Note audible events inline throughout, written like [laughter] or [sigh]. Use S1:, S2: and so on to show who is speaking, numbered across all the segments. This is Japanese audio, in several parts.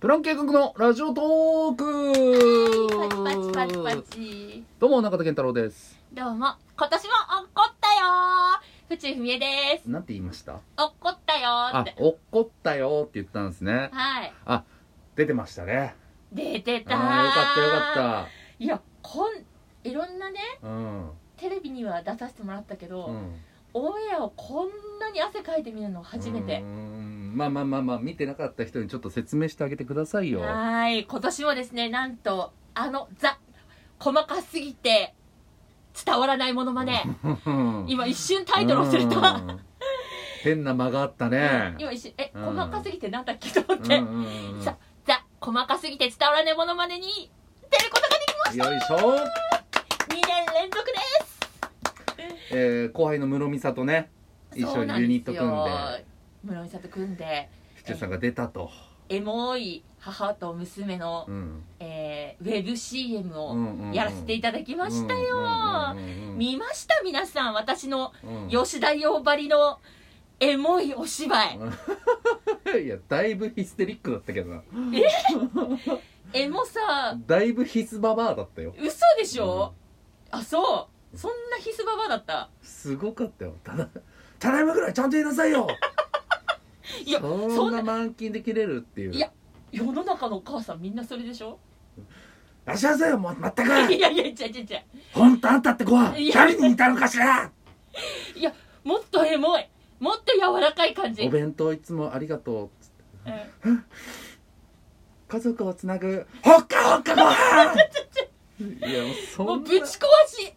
S1: プラン計画のラジオトー
S2: パチパチパチパ
S1: ク
S2: チ
S1: どうも中田健太郎です
S2: どうも今年も怒ったよー府中文江です
S1: なんて言いました
S2: 怒ったよー
S1: あ
S2: って、
S1: 怒ったよって言ったんですね
S2: はい
S1: 出てましたね
S2: 出てたー
S1: ああよかったよかっ
S2: いやこんいろんなね
S1: たうん
S2: テレビには出させてもらったけど、
S1: うん
S2: オンエアをこんなに汗かいてみるの初め
S1: うー
S2: て
S1: んまあまあまあまあ見てなかった人にちょっと説明してあげてくださいよ
S2: は
S1: [laughs]
S2: ーい今年もですねなんとあのザ細かすぎて伝わらないものまで
S1: 今
S2: 今一瞬タイトル忘れた
S1: 変な間があったね
S2: 今一瞬え、
S1: うん
S2: 細かすぎてなんだっけと思
S1: うん
S2: っ
S1: う
S2: て、
S1: んうん
S2: さザ細かすぎて伝わらないものまでに出ることができ
S1: よいしょ、
S2: 2年連続です
S1: えー、後輩の室美里ね一緒にユニット組ん
S2: そう
S1: で
S2: なんですよ室井さんと組んで
S1: 府中さんが出たと、
S2: エモい母と娘の、
S1: うん
S2: えーウェブ CM を、
S1: うんうんうん
S2: やらせていただきましたよ、
S1: うんうんうんうん
S2: 見ました皆さん私の
S1: うん
S2: 吉田洋張りのエモいお芝居、
S1: いやだいぶヒステリックだったけどな
S2: エモさ
S1: だいぶヒスババアだったよ
S2: 嘘でしょ、あそうそんなヒスババだった
S1: すごかったよただ「ただいまぐらいちゃんと言いなさいよ!」
S2: いや
S1: そ
S2: そ
S1: ん
S2: ん
S1: な
S2: な
S1: 満勤で切れるっていう
S2: いや世の中のお母さんみんなそれでしょ [laughs]
S1: 出しなさいよもうまったく
S2: いやいや違う違う違
S1: 本当あんたって子はい
S2: や
S1: 誰に似たのかしら
S2: ういやもっとエモいもっと柔らかい感じ、
S1: お弁当いつもありがとう
S2: うん
S1: 家族をつなぐほっかほっかご飯いやもうそんな
S2: もうぶち壊し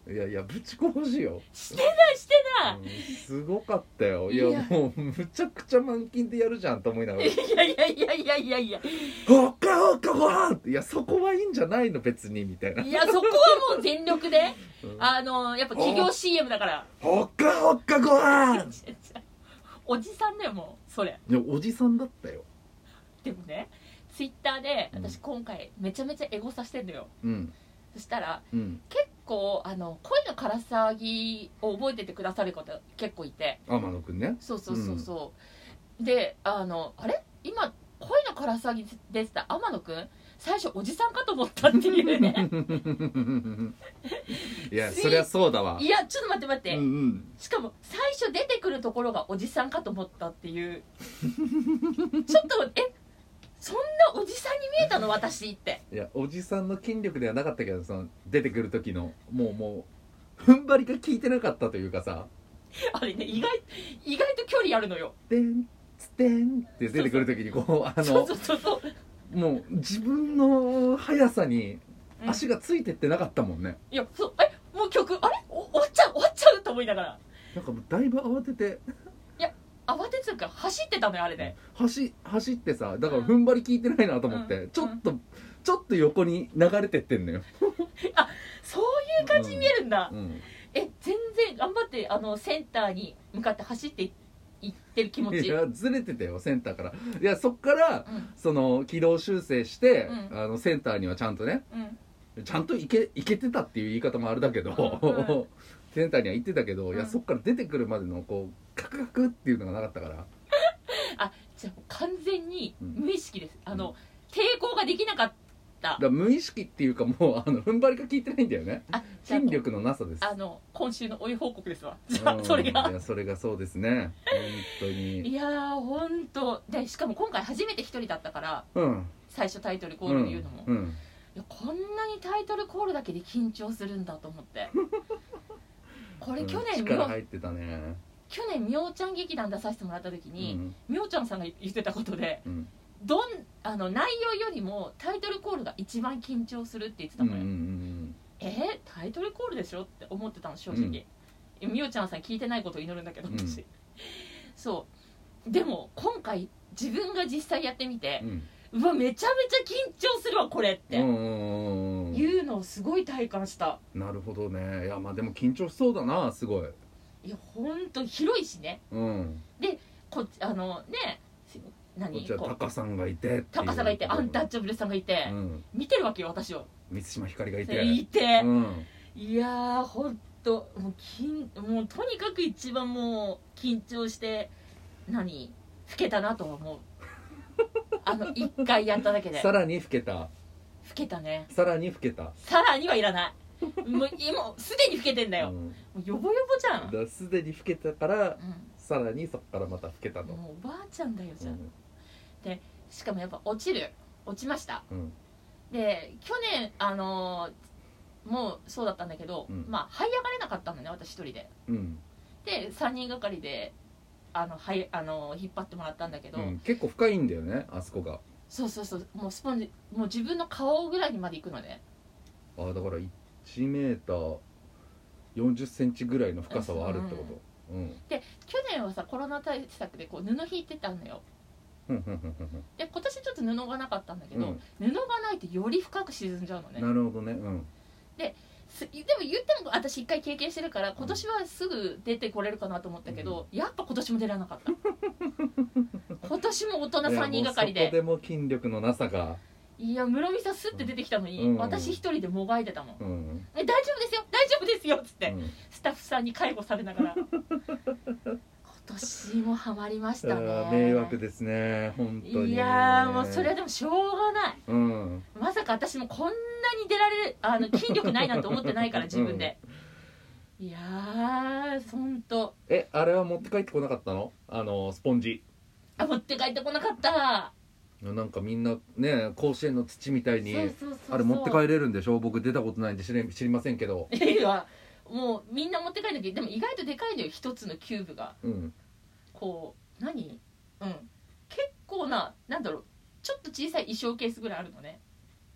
S1: いやいやぶち壊しよ
S2: してないしてない、
S1: うんすごかったよいや
S2: いや
S1: もうむちゃくちゃ満勤でやるじゃんと思いながら
S2: いやいやいやいやいやいや
S1: 「ほっかほっかご飯っていやそこはいいんじゃないの別にみたいない
S2: やそこはもう全力であのやっぱ企業 CM だから
S1: 「ほっかほっかご飯
S2: おじさんだよもうそれ
S1: いやおじさんだったよ
S2: でもねツイッターで
S1: うん
S2: 私今回めちゃめちゃエゴさしてんのよ
S1: うん
S2: そしたら
S1: うん
S2: 結構あの声のからさぎを覚えててくださる方結構いて
S1: 天野く
S2: [laughs]
S1: んね
S2: そうそうそうそう、であのあれ今声のからさぎ出てた天野くん最初おじさんかと思ったっていう
S1: [laughs]
S2: ね
S1: いや
S2: つい
S1: そりゃそうだわ
S2: いやちょっと待って待って、
S1: うんうん
S2: しかも最初出てくるところがおじさんかと思ったっていうちょっとえそんなおじさんに見えたの私って
S1: いやおじさんの筋力ではなかったけどその出てくる時のもうもう踏ん張りが効いてなかったというかさ
S2: あれね意外意外と距離あるのよ
S1: 「でんつてん」って出てくる時にこうあ
S2: そう
S1: の
S2: そうそうそう
S1: もう自分の速さに
S2: うん
S1: 足がついてってなかったもんね、
S2: いやそうえもう曲あれお終わっちゃう終わっちゃうと思いながら
S1: なんかもうだいぶ慌てて
S2: 慌ててたから走ってたのよあれね
S1: 走走ってさだから踏ん張り効いてないなと思って、
S2: うん
S1: ちょっと、ちょっと横に流れてってんのよ
S2: そういう感じに見えるんだ、
S1: うん、うん
S2: え全然頑張ってあのセンターに向かって走っていいってる気持
S1: い
S2: ち、
S1: やずれてたよセンターからいやそっから
S2: うん
S1: その軌道修正して、
S2: うん
S1: あのセンターにはちゃんとね
S2: うん、
S1: ちゃんと行け行けてたっていう言い方もあれだけど、
S2: うんうん
S1: [laughs] センターには行ってたけど、いうや
S2: ん
S1: そっから出てくるまでのこうカクカクっていうのがなかったから
S2: じゃあもう完全に無意識です、あの抵抗ができなかった
S1: だから無意識っていうかもうあの踏ん張りが効いてないんだよね
S2: あじゃあ
S1: 筋力のなさです
S2: あの今週のおい報告ですわじゃあ [laughs] それ
S1: うんい
S2: が
S1: やそれがそうですね本当に
S2: いやーほんとでしかも今回初めて一人だったから
S1: うん
S2: 最初タイトルコ
S1: う
S2: ール
S1: ん
S2: で言うのも、い
S1: うん
S2: やこんなにタイトルコールだけで緊張するんだと思ってこれ去
S1: う
S2: 年
S1: ん
S2: みお
S1: 力入ってたね
S2: 去年みおちゃん劇団出させてもらった時
S1: う
S2: に、
S1: ん
S2: みおちゃんさんが言ってたことで
S1: うん
S2: どんあの内容よりもタイトルコールが一番緊張するって言って
S1: う
S2: た
S1: ん
S2: の
S1: う
S2: よ、
S1: んうん
S2: えー、タイトルコールでしょって思ってたの正直、みおちゃんさん聞いてないことを祈るんだけど
S1: うん
S2: 私、そうでも今回自分が実際やってみて
S1: う、ん
S2: うわめちゃめちゃ緊張するわこれって、
S1: うんうんうんうん
S2: いうのをすごい体感した
S1: なるほどねいやまあでも緊張しそうだなすごい
S2: いやほんと広いしね
S1: うん
S2: こっちあのねし
S1: こっ
S2: 何
S1: ちは
S2: こ
S1: タ
S2: う
S1: カさんがいてっていう
S2: 高さがいてアンタッチャブルさんがいて、
S1: うん
S2: 見てるわけよ私を
S1: 満島ひかりがいて
S2: いて、
S1: うん
S2: いやーほんともう緊もうとにかく一番もう緊張して何老けたなとは思う
S1: [laughs]
S2: あの1回やっただけで
S1: さ
S2: 老
S1: らに老けた
S2: けたね
S1: さらに老けた
S2: さらにはいらないもう今すでに老けてんだよ
S1: う、ん
S2: もうヨボヨボじゃ
S1: だ
S2: ん、
S1: からすでに老けたから
S2: う
S1: さらにそこからまた老けた
S2: ん、
S1: と、
S2: もうおばあちゃんだよじ
S1: う
S2: ゃん、
S1: ん
S2: しかもやっぱ落ちる落ちました
S1: うん
S2: で去年あのーもうそうだったんだけど、
S1: うん
S2: まあ這い上がれなかったのね私一人で
S1: うん
S2: で3人がかりであの、はい、あのー引っ張ってもらったんだけど、
S1: うん結構深いんだよねあそこが
S2: そうそうそうもうスポンジもう自分の顔ぐらいにまで行くのね
S1: あーだから1メーター4 0ンチぐらいの深さはあるってことうん
S2: 去年はさコロナ対策でこう布引いてたのよ
S1: ふんふんふんふんふん
S2: で今年ちょっと布がなかったんだけど、
S1: うん
S2: 布がないとより深く沈んじゃうのね
S1: なるほどねうん
S2: すでも言っても私一回経験してるから今年はすぐ出てこれるかなと思ったけど、やっぱ今年も出られなかっ
S1: [laughs]
S2: た今年も大人
S1: いや
S2: 3人がかり
S1: もうそこ
S2: で
S1: でも筋力のなさが
S2: いや室見さんスッて出てきたのに、
S1: うん
S2: 私一人でもがいてたもん「
S1: うん
S2: え大丈夫ですよ大丈夫ですよ」っつ
S1: う
S2: って、
S1: ん
S2: スタッフさんに介護されながら [laughs] 今年もハマりましたね
S1: あー迷惑ですね本当に
S2: いやーもうそれはでもしょうがない
S1: うん
S2: まさか私もこんなに出られるあの筋力ないなんて思ってな
S1: [laughs]
S2: いから自分で、いやーほんと
S1: えあれは持って帰ってこなかったのあのスポンジ
S2: あ持って帰ってこなかった
S1: なんかみんなね甲子園の土みたいに
S2: そうそうそうそう
S1: あれ持って帰れるんでしょ僕出たことないんで知れ知りませんけど
S2: 帰るいやもうみんな持って帰るけどでも意外とでかいのよ一つのキューブが
S1: うん
S2: こう何うん結構ななんだろうちょっと小さい衣装ケースぐらいあるのね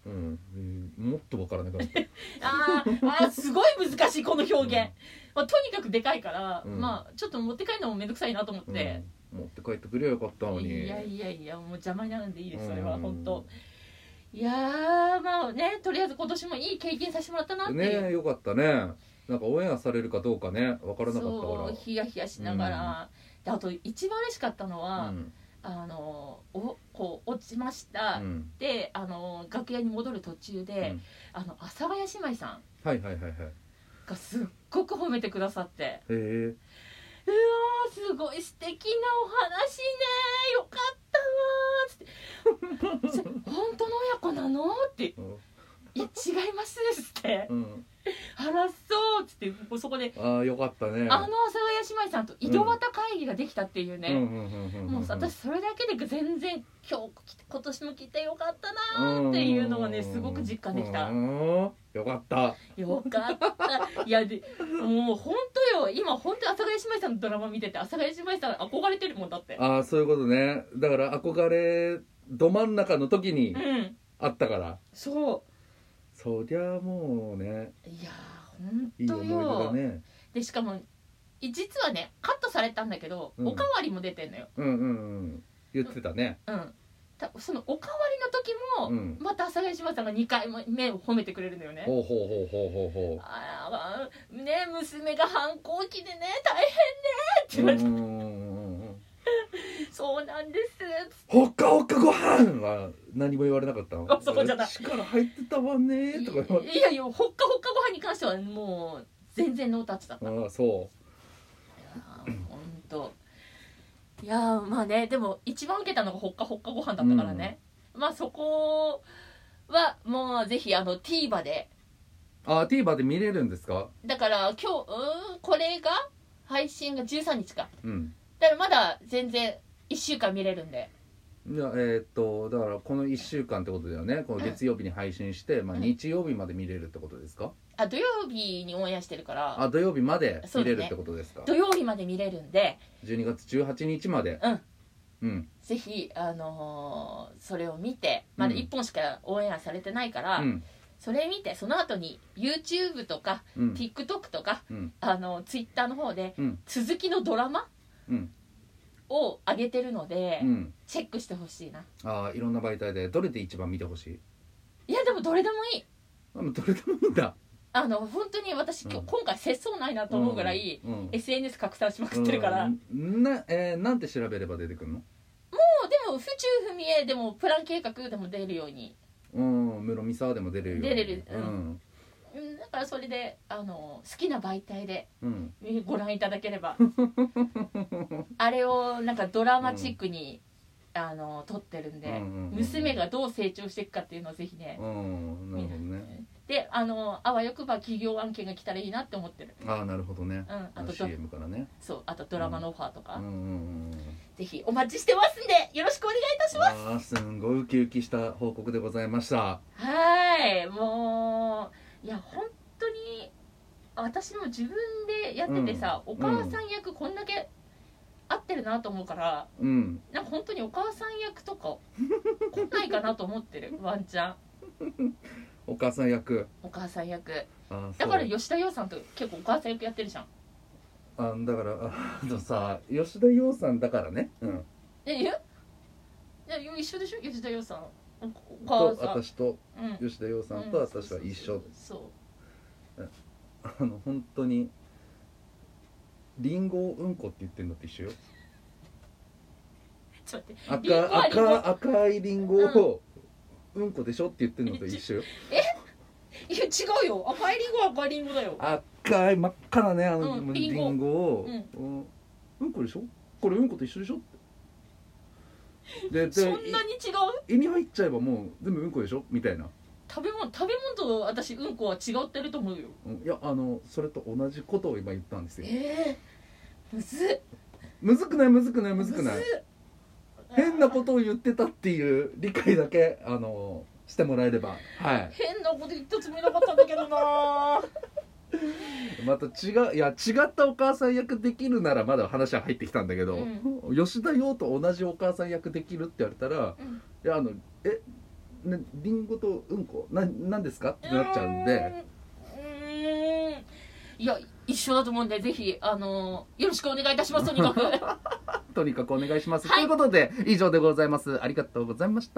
S1: うん、うんもっとわからなくな
S2: [laughs]
S1: った
S2: あーあーすごい難しいこの表現、まあ、とにかくでかいから、
S1: うん
S2: まあちょっと持って帰るのもめんどくさいなと思っ
S1: うん
S2: て、
S1: 持って帰ってくれよかったのに
S2: いやいやいやもう邪魔になるんでいいですそれは、
S1: うん
S2: 本当いやーまあねとりあえず今年もいい経験させてもらったなっていう、
S1: ねよかったねなんかオンエアされるかどうかねわからなかったから
S2: そうヒヤヒヤしながら、であと一番嬉しかったのは、
S1: うん
S2: あのおこう落ちました、
S1: うん
S2: であの楽屋に戻る途中で、
S1: うん
S2: あの阿佐ヶ谷姉妹さん
S1: はいはいはいはいへ
S2: がすっごく褒めてくださって
S1: え
S2: うわーすごい素敵なお話ねよかったわーっつってそ本当の親子なのって
S1: うん
S2: いや違いますっつって
S1: うん、
S2: あらそうっつってもうそこで
S1: ああよかったね
S2: あの阿佐ヶ谷姉妹さんと井戸端会議ができたっていうね、もうさ私それだけで全然今日来て今年も来てよかったなーっていうのがねすごく実感できた
S1: よかった
S2: よかったいやでもう本当よ今本当に阿佐ヶ谷姉妹さんのドラマ見てて阿佐ヶ谷姉妹さん憧れてるもんだって
S1: ああそういうことねだから憧れど真ん中の時に
S2: うん
S1: あったから
S2: そ
S1: そりゃもうね
S2: ういやー本
S1: いい
S2: 当
S1: 思い出だ
S2: よ、
S1: ね
S2: でしかもい実はねカットされたんだけど、
S1: うん
S2: おかわりも出てんのよ
S1: うんうんうん言ってたね
S2: うんたそのおかわり
S1: う
S2: の時も、
S1: ん
S2: また阿佐ヶ谷姉妹さんが2回目を褒めてくれるのよね
S1: ほうほうほうほうほうほう
S2: あらね娘が反抗期でね
S1: うん
S2: 大変
S1: う
S2: ねって言われ
S1: ん
S2: て、
S1: うんうん
S2: そうなんです
S1: ほっかほっかご飯は何も言われなかったの
S2: あそこじゃない
S1: 力入ってたわねとか言われ
S2: いやいやほっかほっかご飯に関してはもう全然ノータッチだったい
S1: ああそ
S2: やーほんといやーまあねでも一番受けたのがほっかほっかご飯だったからね、まあそこはもうぜひあの TVer で
S1: うああ TVer で見れるんですか
S2: だから今日うーんこれが配信が13日か
S1: うん
S2: だからまだ全然1週間見れるんで
S1: じゃあえーっとだからこの1週間ってことだよねこの月曜日に配信して、まあ、
S2: うん
S1: 日曜日まで見れるってことですか、
S2: あ土曜日にオンエアしてるから
S1: あ土曜日まで見れるってことですか、
S2: 土曜日まで見れるんで
S1: 12月18日まで
S2: うん
S1: うん
S2: ぜひ、あのーそれを見てまだ
S1: うん
S2: 1本しかオンエアされてないから、
S1: うん
S2: それ見てその後に YouTube とか
S1: うん
S2: TikTok とか、
S1: うん
S2: あの Twitter の方で
S1: うん
S2: 続きのドラマ
S1: うん
S2: を上げてるので、
S1: うん
S2: チェックしてほしいな
S1: ああいろんな媒体でどれで一番見てほしい
S2: いやでもどれでもいい
S1: あどれでもいいんだ
S2: あの本当に私、
S1: う
S2: 今日
S1: ん
S2: 今回節操ないなと思うぐらい、
S1: うんうん
S2: SNS 拡散しまくってるから、も
S1: うんなえーなんて調べれば出てくるの
S2: うでも府中不見えでもプラン計画でも出るように
S1: うん室見沢でも出れるよ
S2: 出れる
S1: う
S2: うんん、うんだからそれであの好きな媒体で
S1: うん、 [laughs]
S2: ご覧いただければあれをなんかドラマチックにあの撮ってるんで、
S1: うんうんうん
S2: 娘がどう成長していくかっていうのをぜひね、
S1: うんなるほどね
S2: であのあわよくば企業案件が来たらいいなって思ってる、
S1: ああなるほどね
S2: うん、あ
S1: あ
S2: と
S1: の
S2: ド
S1: CM からね
S2: そうあとドラマのオファーとか、
S1: うんうんうんうん
S2: ぜひお待ちしてますんでよろしくお願いいたします
S1: あーすんごいウキウキした報告でございました
S2: はーいもういや本当に私も自分でやっててさ、
S1: うん
S2: お母さん役こんだけ合ってるなと思うから
S1: うん
S2: なんか本当にお母さん役とか来ないかなと思ってるワンちゃん
S1: お母さん役
S2: お母さん役
S1: あーそう
S2: だから吉田羊さんと結構お母さん役やってるじゃん
S1: あだからああのさ吉田羊さんだからねうん
S2: ええいや一緒でしょ吉田羊さんおお
S1: と
S2: 母さん
S1: 私と
S2: うん
S1: 吉田羊さんと
S2: うん
S1: 私は一緒
S2: そ
S1: あの本当にリンゴをうんこって言ってんのと一緒よ
S2: うそうそうちょっと待ってリン
S1: 赤
S2: ゴはリンゴ
S1: 赤赤いリンゴをうんこでしょって言ってんのと一緒よ
S2: いや違うよ赤いリンゴは赤いリンゴだよ
S1: 赤い真っ赤なねあの、
S2: うん
S1: リ
S2: リンゴ
S1: ンゴを、
S2: う
S1: うん、うんこでしょこれうんこと一緒でしょでで
S2: そんなに違う
S1: 胃に入っちゃえばもう全部うんこでしょみたいな、
S2: 食べ物食べ物と私うんこは違ってると思うよ
S1: うん、いやあのそれと同じことを今言ったんですよ
S2: ええむずっ
S1: むずくないむずくないむずくな
S2: む
S1: い
S2: ずっ
S1: 変なことを言ってたっていう理解だけあのしてもらえればはい
S2: 変なこと言ったつもりなかったんだけどな
S1: また違ういや違ったお母さん役できるならまだ話は入ってきたんだけど、
S2: う
S1: 吉田羊と同じお母さん役できるって言われたら
S2: うん
S1: 「いやあのえねリンゴとうんこななんですか?」って [laughs] なっちゃうんで
S2: うーんうーんいや一緒だと思うんでぜひあのよろしくお願いいたしますとにかく
S1: とにかくお願いします、
S2: はい
S1: ということで以上でございますありがとうございました